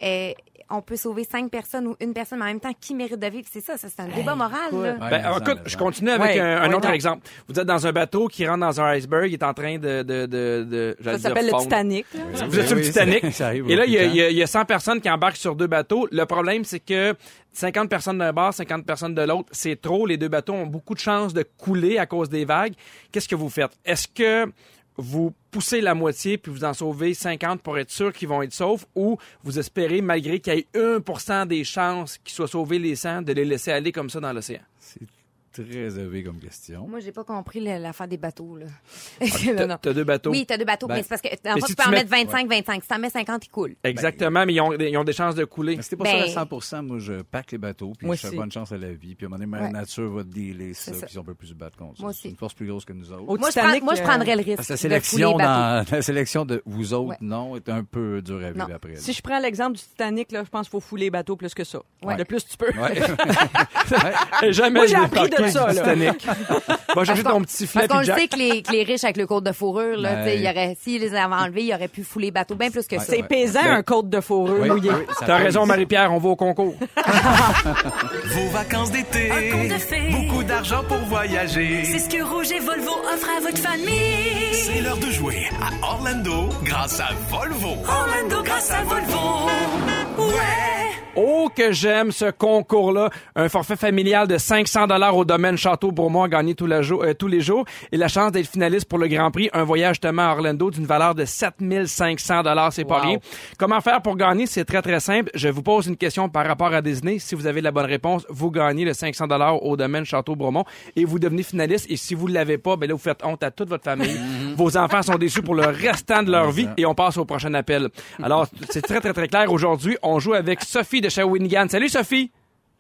euh, on peut sauver cinq personnes ou une personne, mais en même temps, qui mérite de vivre? C'est ça, ça c'est un débat moral. là.
Ouais,
Ben,
mais ça,
écoute, je
mais ça.
continue avec
Ouais,
un, un
ouais,
autre
non.
exemple. Vous êtes dans un bateau qui rentre dans un iceberg, il est en train de... de, de, de
Ça
j'allais dire
s'appelle le
fondre.
Titanic, là.
Vous êtes sur le
Ben Oui,
Titanic.
ça- ça arrive
Et là, il y, a,
tout le
il y a- il y a 100 personnes qui embarquent sur deux bateaux. Le problème, c'est que 50 personnes d'un bord, 50 personnes de l'autre, c'est trop. Les deux bateaux ont beaucoup de chances de couler à cause des vagues. Qu'est-ce que vous faites? Est-ce que vous poussez la moitié puis vous en sauvez 50 pour être sûr qu'ils vont être saufs ou vous espérez, malgré qu'il y ait 1 des chances qu'ils soient sauvés les 100, de les laisser aller comme ça dans l'océan?
C'est très élevé comme question.
Moi, j'ai pas compris le- l'affaire des bateaux. Là. Non, non.
Ah, T'as deux bateaux.
Oui, t'as deux bateaux,
Ben,
mais c'est parce que en
mais
fait,
si
tu peux
tu
en
mets-
mettre 25, 25. Si t'en mets 50, ils coulent.
Exactement, mais ils ont, ils ont des chances de couler.
Mais c'était pas
Ben-
sûr à 100 moi, je pack les bateaux, puis
Moi
je fais
aussi.
bonne chance à la vie, puis à un moment donné, la
Ouais.
nature va dealer ça,
C'est ça.
puis on peut plus se battre contre
Moi
ça.
aussi.
C'est une force plus grosse que nous autres.
Au
Moi, je,
Titanic,
prends- moi, je
euh,
prendrais le risque.
Parce que la
de
sélection,
couler les bateaux.
dans, la sélection de vous autres,
Ouais.
non, est un peu dure à vivre
Non.
après. là.
Si je prends l'exemple du Titanic, là, je pense qu'il faut fouler les bateaux plus que ça.
Ouais.
Le plus tu peux.
Ouais.
Et jamais
Moi,
je
j'ai
l'ai
appris de
parqué
ça,
du
là.
Titanic. Va chercher ton petit
Parce
filet,
qu'on
puis
le
Jack.
sait que les, que les riches avec le code de fourrure, là,
Ouais.
Ben,
tu sais, il y aurait, s'ils les avaient enlevés, ils auraient pu fouler les bateaux bien plus que ça.
C'est
Ouais.
pesant,
Ben-
un côte de fourreux
Oui,
mouillé.
oui, ça
T'as
pèse.
raison, Marie-Pierre, on va au concours.
Vos vacances d'été.
Un conte de fées.
Beaucoup d'argent pour voyager.
C'est ce que Rouge et Volvo offrent à votre famille.
C'est l'heure de jouer à Orlando grâce à Volvo.
Orlando grâce à Volvo. Ouais.
Oh, que j'aime ce concours-là. Un forfait familial de 500 dollars au domaine Château Beaumont à gagner tous, la jo- euh, tous les jours et la chance d'être finaliste pour le Grand Prix, un voyage justement à Orlando d'une valeur de 7500 dollars, c'est pas
Wow.
rien. Comment faire pour gagner? C'est très, très simple. Je vous pose une question par rapport à Disney. Si vous avez la bonne réponse, vous gagnez le 500 dollars au domaine Château Beaumont et vous devenez finaliste. Et si vous ne l'avez pas, ben là, vous faites honte à toute votre famille. Vos enfants sont déçus pour le restant de leur vie et on passe au prochain appel. Alors, c'est très, très, très clair. Aujourd'hui, on joue avec Sophie de Shawinigan. Salut, Sophie!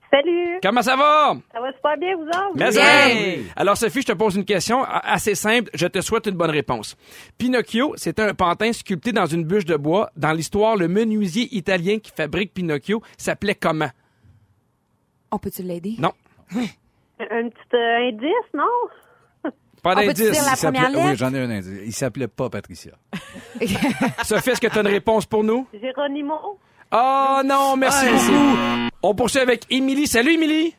Salut,
Comment ça va?
ça va super bien vous autres?
Mais
Bien.
hein? Alors, Sophie, je te pose une question a- assez simple. Je te souhaite une bonne réponse. Pinocchio, c'était un pantin sculpté dans une bûche de bois. Dans l'histoire, le menuisier italien qui fabrique Pinocchio s'appelait comment?
On peut-tu l'aider?
Non.
Un petit euh, indice, non?
Pas
On peut te
d'indice.
dire la
Il s'appelait-
première
Oui,
lettre?
j'en ai un indice. Il s'appelait pas Patricia.
Sophie, est-ce que tu as une réponse pour nous?
Géronimo?
Oh non, merci beaucoup. On poursuit avec Émilie. Salut, Émilie.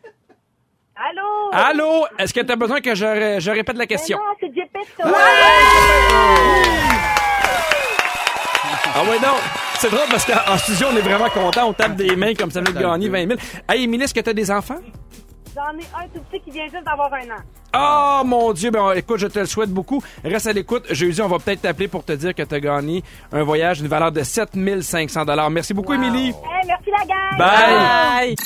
Allô?
Allô, est-ce que tu as besoin que je, ré- je répète la
Mais
question?
Non, c'est Gepetto!
Ah ouais, non. C'est drôle parce qu'en en studio, on est vraiment content. On tape des mains comme ça veut gagner 20 000. Hey, Émilie, est-ce que tu as des enfants?
J'en ai un tout petit qui vient juste d'avoir un an.
Oh mon Dieu, ben écoute, je te le souhaite beaucoup. Reste à l'écoute. Jésus, on va peut-être t'appeler pour te dire que tu as gagné un voyage d'une valeur de 7500 dollars. Merci beaucoup, Émilie.
Hey, merci la gang!
Bye.
Bye.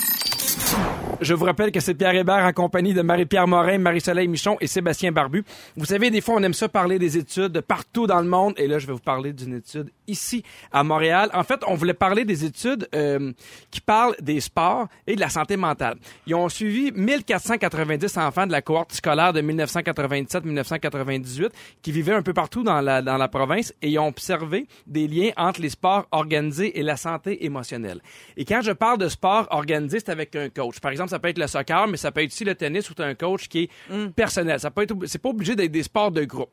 Je vous rappelle que c'est Pierre Hébert en compagnie de Marie-Pierre Morin, Marie-Soleil Michon et Sébastien Barbu. Vous savez, des fois, on aime ça parler des études de partout dans le monde. Et là, je vais vous parler d'une étude ici, à Montréal. En fait, on voulait parler des études euh, qui parlent des sports et de la santé mentale. Ils ont suivi 1490 enfants de la cohorte scolaire de 1997-1998 qui vivaient un peu partout dans la, dans la province et ils ont observé des liens entre les sports organisés et la santé émotionnelle. Et quand je parle de sport organisé, c'est avec un coach. Par exemple, ça peut être le soccer, mais ça peut être aussi le tennis où tu as un coach qui est personnel. Ça peut être, c'est pas obligé d'être des sports de groupe.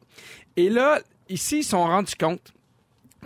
Et là, ici, ils se sont rendus compte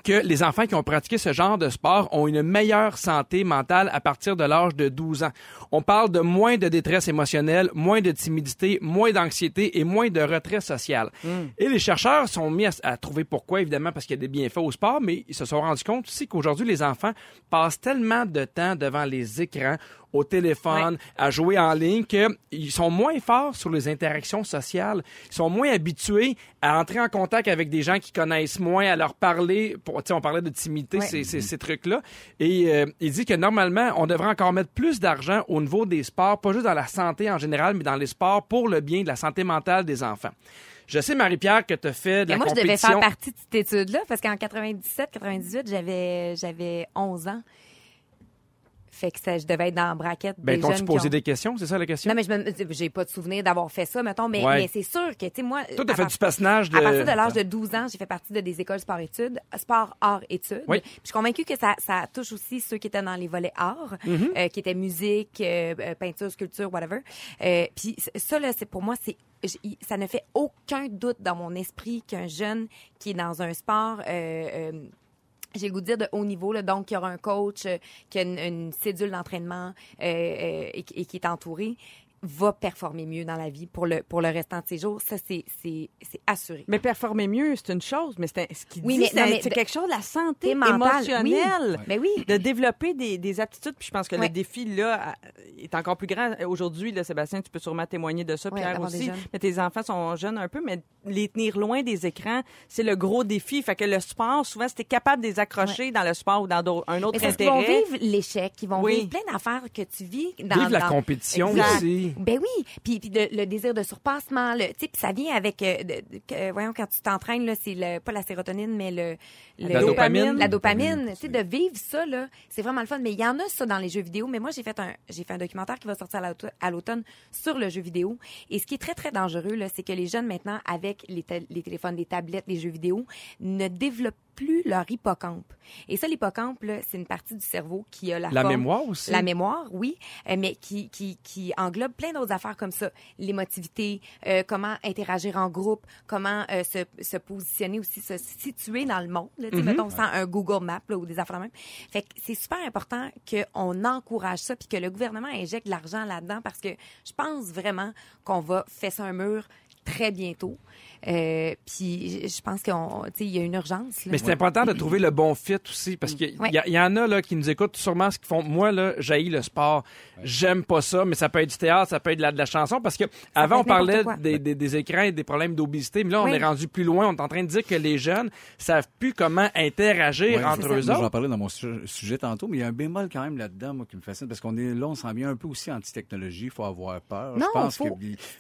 que les enfants qui ont pratiqué ce genre de sport ont une meilleure santé mentale à partir de l'âge de 12 ans. On parle de moins de détresse émotionnelle, moins de timidité, moins d'anxiété et moins de retrait social. Et les chercheurs sont mis à, à trouver pourquoi, évidemment, parce qu'il y a des bienfaits au sport, mais ils se sont rendus compte aussi qu'aujourd'hui, les enfants passent tellement de temps devant les écrans, au téléphone, à jouer en ligne, qu'ils sont moins forts sur les interactions sociales. Ils sont moins habitués à entrer en contact avec des gens qui connaissent moins, à leur parler. Pour, tu sais, on parlait de timidité, ces, ces- ces trucs-là. Et euh, il dit que normalement, on devrait encore mettre plus d'argent au niveau des sports, pas juste dans la santé en général, mais dans les sports pour le bien de la santé mentale des enfants. Je sais, Marie-Pierre, que tu as fait de
Mais
la
moi, je devais
compétition.
faire partie de cette étude-là parce qu'en 97-98, j'avais j'avais 11 ans. Fait que ça, je devais être dans la braquette
Ben,
des
t'ont-tu
jeunes qui
posé
ont-
des questions? C'est ça la question?
Non, mais je me- j'ai pas de souvenir d'avoir fait ça, mettons, mais,
Ouais.
mais c'est sûr que, tu sais, moi...
Toi, t'as
à
fait
part-
du patinage de...
À partir de l'âge de 12 ans, j'ai fait partie de des écoles sport-études, sport-art-études.
Oui.
Puis Je suis convaincue que ça, ça touche aussi ceux qui étaient dans les volets art, euh, qui étaient musique, euh, euh, peinture, sculpture, whatever. Euh, puis c- ça, là, c'est pour moi, c'est j- y- ça ne fait aucun doute dans mon esprit qu'un jeune qui est dans un sport... euh, euh, j'ai le goût de dire de haut niveau, là, donc il y aura un coach, euh, qui a une, une cédule d'entraînement euh, euh, et, qui- et qui est entouré, va performer mieux dans la vie pour le, pour le restant de ses jours. Ça, c'est c'est- c'est assuré.
Mais performer mieux, c'est une chose, mais c'est un- ce qu'il
Oui,
dit,
mais-
c'est
non,
un-
mais
c'est
de-
quelque chose, la santé
santé mentale, oui.
émotionnelle.
Mais oui.
De développer des, des aptitudes. Puis je pense que
Ouais.
le défi, là, à- est encore plus grand. euh, Aujourd'hui, là, Sébastien, tu peux sûrement témoigner de ça,
Ouais,
Pierre
d'avoir des
aussi.
jeunes.
Mais tes enfants sont jeunes un peu, mais les tenir loin des écrans, c'est le gros défi. Fait que le sport, souvent, si t'es capable de les accrocher dans le sport ou dans d'autres- un autre
Mais c'est parce qu'ils vont
intérêt...
vivre l'échec, ils vont
Oui.
vivre plein d'affaires que tu vis dans
Vivre la
dans-
compétition
Exact.
aussi.
Ben oui, puis, puis le, le désir de surpassement, le, tu sais, puis ça vient avec, euh, de- de- que- voyons, quand tu t'entraînes, là, c'est le, pas la sérotonine, mais le, le-
La dopamine.
La dopamine, tu sais, de vivre ça, là, c'est vraiment le fun. Mais il y en a ça dans les jeux vidéo, mais moi, j'ai fait un, j'ai fait un documentaire qui va sortir à l'auto- à l'automne sur le jeu vidéo. Et ce qui est très, très dangereux, là, c'est que les jeunes, maintenant, avec les, tél- les téléphones, les tablettes, les jeux vidéo, ne développent plus leur hippocampe. Et ça, l'hippocampe, là, c'est une partie du cerveau qui a la,
La
forme-
mémoire aussi.
La mémoire, oui, euh, mais qui, qui, qui englobe plein d'autres affaires comme ça. L'émotivité, euh, comment interagir en groupe, comment euh, se, se positionner aussi, se situer dans le monde. Là, tu sais, Mettons, sans un Google Map là, ou des affaires de même. Fait que c'est super important qu'on encourage ça puis que le gouvernement injecte de l'argent là-dedans parce que je pense vraiment qu'on va fesser un mur très bientôt. Euh, puis je- je pense qu'on, tu sais, il y a une urgence. là.
Mais c'est important de trouver le bon fit aussi, parce qu'il
Ouais.
y, a- y en a là, qui nous écoutent sûrement ce qu'ils font. Moi, là, j'haïs le sport. J'aime pas ça, mais ça peut être du théâtre, ça peut être de la, de la chanson, parce que avant,
peut
on
être
parlait
n'importe quoi.
des, des- des écrans et des problèmes d'obésité, mais là, on
Oui.
est rendu plus loin. On est en train de dire que les jeunes savent plus comment interagir
Ouais,
entre
c'est
eux
ça. Moi, J'en
autres.
parlais dans mon su- sujet tantôt, mais il y a un bémol quand même là-dedans, moi, qui me fascine, parce qu'on est là, on s'en vient un peu aussi anti-technologie, il faut avoir peur.
Non,
je pense
faut-
que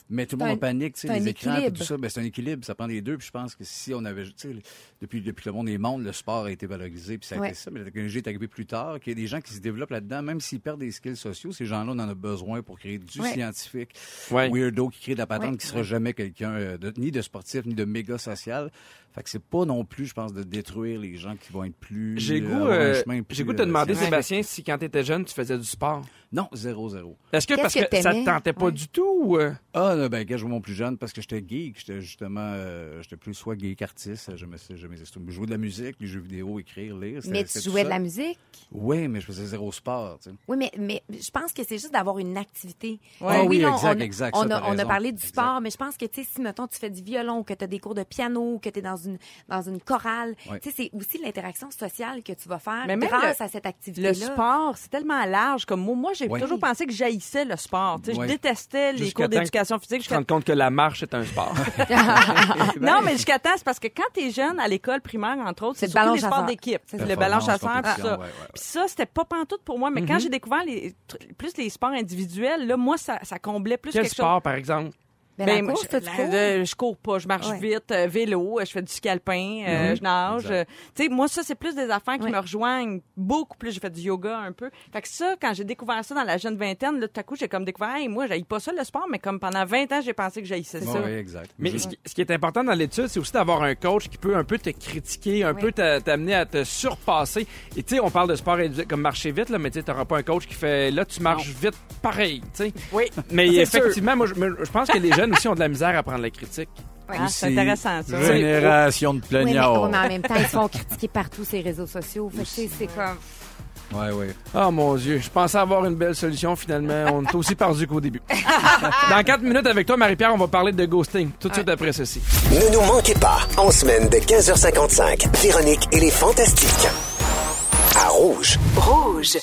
mais tout le
c'est
monde en
un-
panique, tu
c'est
sais, les
un
écrans et
équilibre.
tout ça, ben, c'est un équilibre, ça prend les deux, puis je pense que si on avait, tu sais, le- depuis, depuis que le monde est monde, le sport a été valorisé, puis ça a
Ouais.
été ça, mais la technologie est arrivée plus tard, qu'il y a des gens qui se développent là-dedans, même s'ils perdent des skills sociaux, ces gens-là, on en a besoin pour créer du
Ouais.
scientifique,
Ouais.
weirdo qui crée de la patente,
Ouais.
qui sera jamais quelqu'un euh, de- ni de sportif, ni de méga social. Fait que c'est pas non plus, je pense, de détruire les gens qui vont être plus.
J'ai
euh,
goût,
avoir un
euh,
chemin plus,
j'ai goût de te
euh,
demander,
scientifique.
Sébastien, si quand tu étais jeune, tu faisais du sport.
Non, zéro, zéro.
Est-ce que
Qu'est-ce
parce que,
que
ça te
t'aimais?
tentait pas
Ouais.
du tout? ou, euh,
Ah, là, ben, quand je vois mon plus jeune, parce que j'étais geek, j'étais justement, euh, j'étais plus soit geek artiste, j'aimais ça, j'aimais ça. Jouer de la musique, les jeux vidéo, écrire, lire.
mais tu jouais de la musique.
Oui, mais je faisais zéro sport, tu sais.
Oui, mais, mais je pense que c'est juste d'avoir une activité.
Ouais. Ah oui,
on-
exact,
on,
exact,
On,
ça,
a,
t'as
on a
raison.
parlé du
Exact.
sport, mais je pense que, tu sais, si, mettons, tu fais du violon, que tu as des cours de piano, que tu es dans une, dans une chorale,
Ouais.
tu sais, c'est aussi l'interaction sociale que tu vas faire
Mais même
grâce
le-
à cette activité-là.
Le sport, c'est tellement large comme mot. Moi, j'ai
Ouais.
toujours pensé que j'haïssais le sport. Tu sais,
Ouais.
Je détestais les cours
Jusqu'à temps que
d'éducation physique.
Tu te rends compte que la marche est un sport.
Non, mais jusqu'à temps, c'est parce que quand t'es jeune, à l'école primaire, entre autres, c'est
C'est le
surtout
ballon
les sports
chasseur.
d'équipe.
C'est
Le
ça.
ballon
Performance,
chasseur, tout ça.
compétition, ouais, ouais, ouais.
Puis ça, c'était pas pantoute pour moi. Mais
Mm-hmm.
quand j'ai découvert les, tr- plus les sports individuels, là, moi, ça, ça comblait plus
Quel
quelque
sport, par exemple?
chose.
Mais la
Ben, moi,
course,
je,
tu cours?
euh, je cours pas, je marche
Ouais.
vite, euh, vélo, euh, je fais du ski alpin, euh, je nage.
Mm-hmm. Exact.
euh, tu sais, moi, ça, c'est plus des affaires qui
Ouais.
me rejoignent beaucoup plus. J'ai fait du yoga un peu. Fait que ça, quand j'ai découvert ça dans la jeune vingtaine, là, tout à coup, j'ai comme découvert, hey, moi, j'haïs pas ça, le sport, mais comme pendant 20 ans, j'ai pensé que j'haïssais ça.
Oui, exact.
Mais
Je-
ce qui, ce qui est important dans l'étude, c'est aussi d'avoir un coach qui peut un peu te critiquer, un
Oui.
peu t'a- t'amener à te surpasser. Et tu sais, on parle de sport et- comme marcher vite, là, mais tu sais, t'auras pas un coach qui fait là, tu marches vite pareil, tu sais.
Oui.
Mais
C'est
effectivement, moi, je, moi, je pense que les jeunes aussi ont de la misère à prendre la critique.
Puis
c'est intéressant, ça.
Génération de
Oui, mais,
plaignards.
ouais, mais en même temps, ils se font critiquer partout ces réseaux sociaux. Fait que, tu sais, c'est comme.
Ouais, ouais.
Oh mon Dieu, je pensais avoir une belle solution. Finalement, on est aussi perdu qu'au début. Dans quatre minutes avec toi, Marie-Pierre, on va parler de ghosting tout de suite après ceci.
Ne nous manquez pas, en semaine de 15h55, Véronique et les Fantastiques. À Rouge.
Rouge.